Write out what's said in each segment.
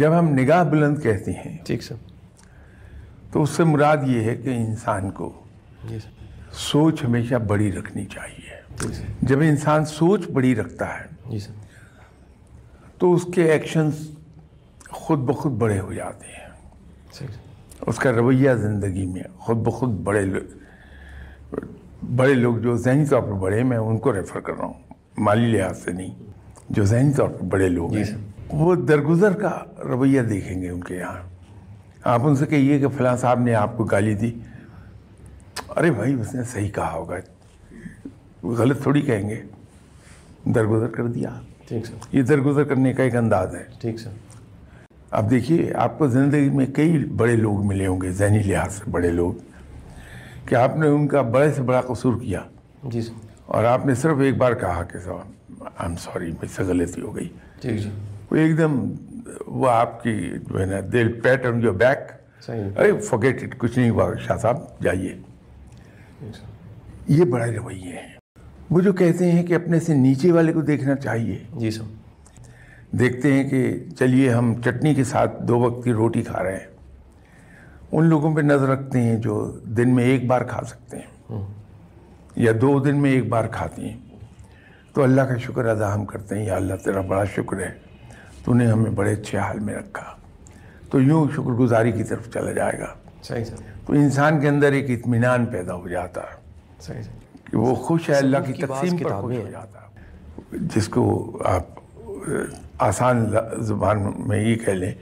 جب ہم نگاہ بلند کہتے ہیں ٹھیک سر تو اس سے مراد یہ ہے کہ انسان کو جی سر سوچ ہمیشہ بڑی رکھنی چاہیے ٹھیک سر جب انسان سوچ بڑی رکھتا ہے جی سر تو اس کے ایکشنز خود بخود بڑے ہو جاتے ہیں ٹھیک سر اس کا رویہ زندگی میں خود بخود بڑے لو- بڑے لوگ جو ذہنی طور پر بڑے میں ان کو ریفر کر رہا ہوں مالی لحاظ سے نہیں جو ذہنی طور پر بڑے لوگ ہیں وہ درگزر کا رویہ دیکھیں گے ان کے یہاں آپ ان سے کہیے کہ فلاں صاحب نے آپ کو گالی دی ارے بھائی اس نے صحیح کہا ہوگا غلط تھوڑی کہیں گے درگزر کر دیا ٹھیک سر یہ درگزر کرنے کا ایک انداز ہے ٹھیک سر اب دیکھیے آپ کو زندگی میں کئی بڑے لوگ ملے ہوں گے ذہنی لحاظ سے بڑے لوگ کہ آپ نے ان کا بڑے سے بڑا قصور کیا جی سر اور آپ نے صرف ایک بار کہا کہ صاحب آئی ایم سوری مجھ سے غلطی ہو گئی ٹھیک جی وہ ایک دم وہ آپ کی جو ہے نا دل پیٹ آن یور بیک صحیح ارے فوگیٹ اٹ کچھ نہیں ہوا شاہ صاحب جائیے ٹھیک سر یہ بڑے رویے ہیں وہ جو کہتے ہیں کہ اپنے سے نیچے والے کو دیکھنا چاہیے جی سر دیکھتے ہیں کہ چلیے ہم چٹنی کے ساتھ دو وقت کی روٹی کھا رہے ہیں ان لوگوں پہ نظر رکھتے ہیں جو دن میں ایک بار کھا سکتے ہیں یا دو دن میں ایک بار کھاتے ہیں تو اللہ کا شکر ادا ہم کرتے ہیں یا اللہ تیرا بڑا شکر ہے تو نے ہمیں بڑے اچھے حال میں رکھا تو یوں شکر گزاری کی طرف چلا جائے گا صحیح سر تو انسان کے اندر ایک اطمینان پیدا ہو جاتا ہے صحیح سر کہ وہ خوش ہے اللہ کی کی بعض تقسیم پر خوش کتابیں ہو ہیں۔ جاتا ہے جس کو آپ آسان ل- زبان میں یہ کہہ لیں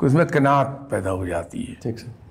کہ اس میں کناعت پیدا ہو جاتی ہے ٹھیک سر